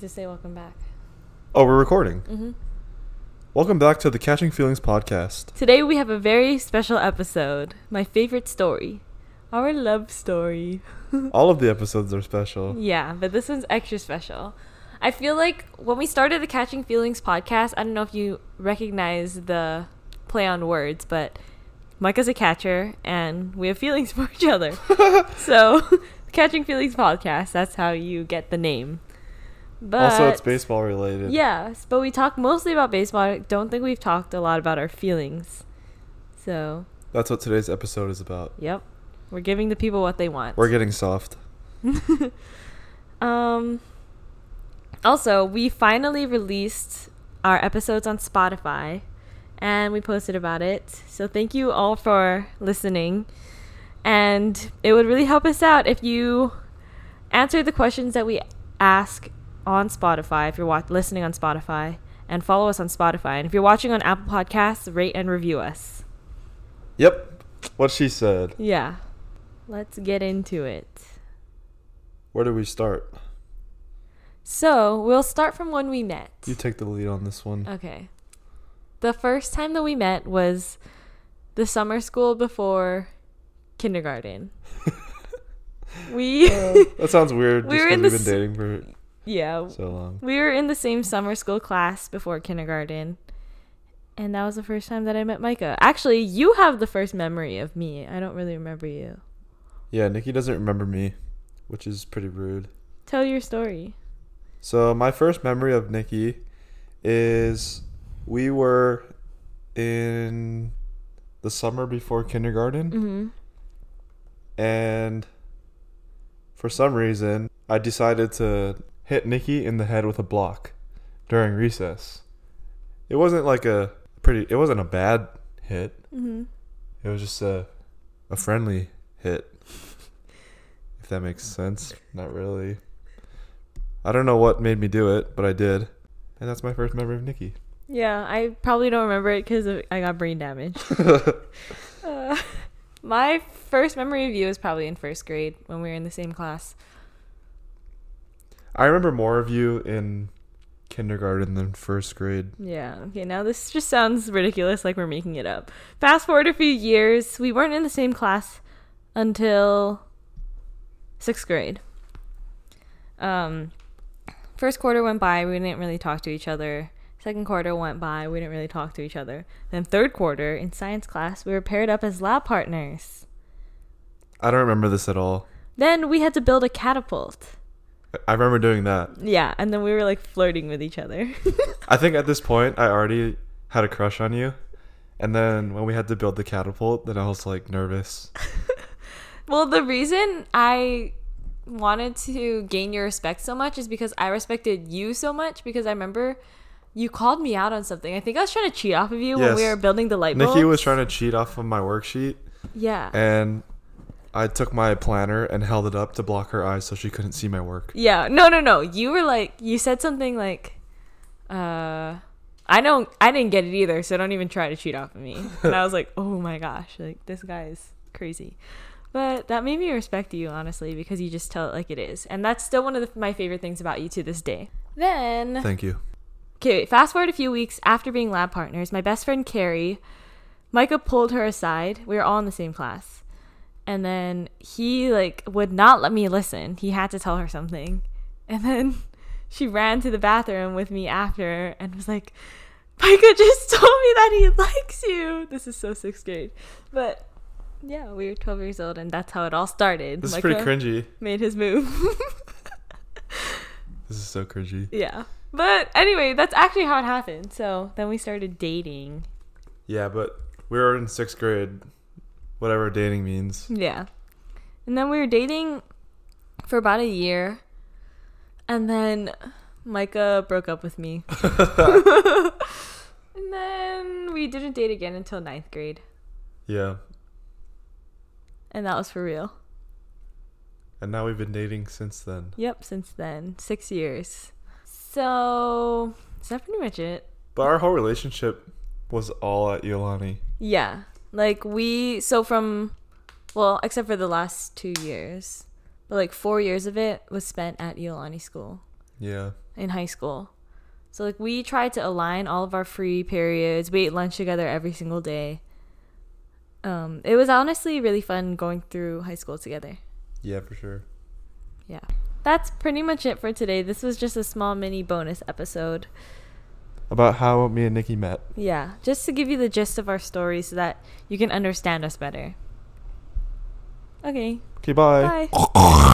just say welcome back. Oh, we're recording. hmm Welcome back to the Catching Feelings podcast. Today we have a very special episode. My favorite story, our love story. All of the episodes are special. Yeah, but this one's extra special. I feel like when we started the Catching Feelings podcast, I don't know if you recognize the play on words, but Micah's a catcher and we have feelings for each other. so, Catching Feelings podcast, that's how you get the name. But also, it's baseball related. Yes, but we talk mostly about baseball. I don't think we've talked a lot about our feelings. So, That's what today's episode is about. yep. We're giving the people what they want. We're getting soft. Um also, we finally released our episodes on Spotify and we posted about it. So thank you all for listening. And it would really help us out if you answer the questions that we ask on Spotify if you're wa- listening on Spotify and follow us on Spotify. And if you're watching on Apple Podcasts, rate and review us. Yep. What she said. Yeah. Let's get into it. Where do we start? So, we'll start from when we met. You take the lead on this one. Okay. The first time that we met was the summer school before kindergarten. we That sounds weird. We just were 'cause in we've the been dating for yeah, so long. we were in the same summer school class before kindergarten. And that was the first time that I met Micah. Actually, you have the first memory of me. I don't really remember you. Yeah, Nikki doesn't remember me, which is pretty rude. Tell your story. So my first memory of Nikki is we were in the summer before kindergarten, Mhm. and for some reason I decided to hit Nikki in the head with a block during recess. It wasn't like a pretty. It wasn't a bad hit. Mhm. It was just a a friendly hit. If that makes sense. Not really. I don't know what made me do it, but I did. And that's my first memory of Nikki. Yeah, I probably don't remember it cuz I got brain damage. Uh, my first memory of you is probably in first grade when we were in the same class. I remember more of you in kindergarten than first grade. Yeah. Okay. Now this just sounds ridiculous, like we're making it up. Fast forward a few years, we weren't in the same class until sixth grade. Um, first quarter went by, we didn't really talk to each other. Second quarter went by, we didn't really talk to each other. Then third quarter, in science class, we were paired up as lab partners. I don't remember this at all. Then we had to build a catapult. I- I remember doing that. Yeah, and then we were like flirting with each other. I think at this point I already had a crush on you. And then when we had to build the catapult, then I was like nervous. Well, the reason I wanted to gain your respect so much is because I respected you so much because I remember you called me out on something. I think I was trying to cheat off of you when we Yes. were building the light bulb. Nikki was trying to cheat off of my worksheet Yeah. and I took my planner and held it up to block her eyes so she couldn't see my work. yeah. No, no, no. You were like you said something like uh I don't I didn't get it either, so don't even try to cheat off of me. and I was like, "Oh my gosh, like this guy is crazy." But that made me respect you honestly because you just tell it like it is. And that's still one of the, my favorite things about you to this day. Then Thank you. Okay, wait, fast forward a few weeks after being lab partners, my best friend Carrie, Micah pulled her aside. We were all in the same class. And then he like would not let me listen. He had to tell her something. And then she ran to the bathroom with me after and was like, Micah just told me that he likes you. This is so sixth grade. But yeah, we were twelve years old and that's how it all started. This Micah is pretty cringy. made his move. This is so cringy. Yeah. But anyway, that's actually how it happened. So then we started dating. Yeah, but we were in sixth grade, whatever dating means. Yeah. And then we were dating for about a year. And then Micah broke up with me. and then we didn't date again until ninth grade. Yeah. And that was for real. And now we've been dating since then. Yep, since then. Six years. So is that pretty much it? But our whole relationship was all at Yolani. Yeah. Like we so from well, except for the last two years. But like four years of it was spent at Iolani school. Yeah. in high school. So like we tried to align all of our free periods. We ate lunch together every single day. Um, it was honestly really fun going through high school together. Yeah, for sure. Yeah. That's pretty much it for today. This was just a small mini bonus episode. About how me and Nikki met. Yeah, just to give you the gist of our story so that you can understand us better. Okay. Okay, bye. Bye.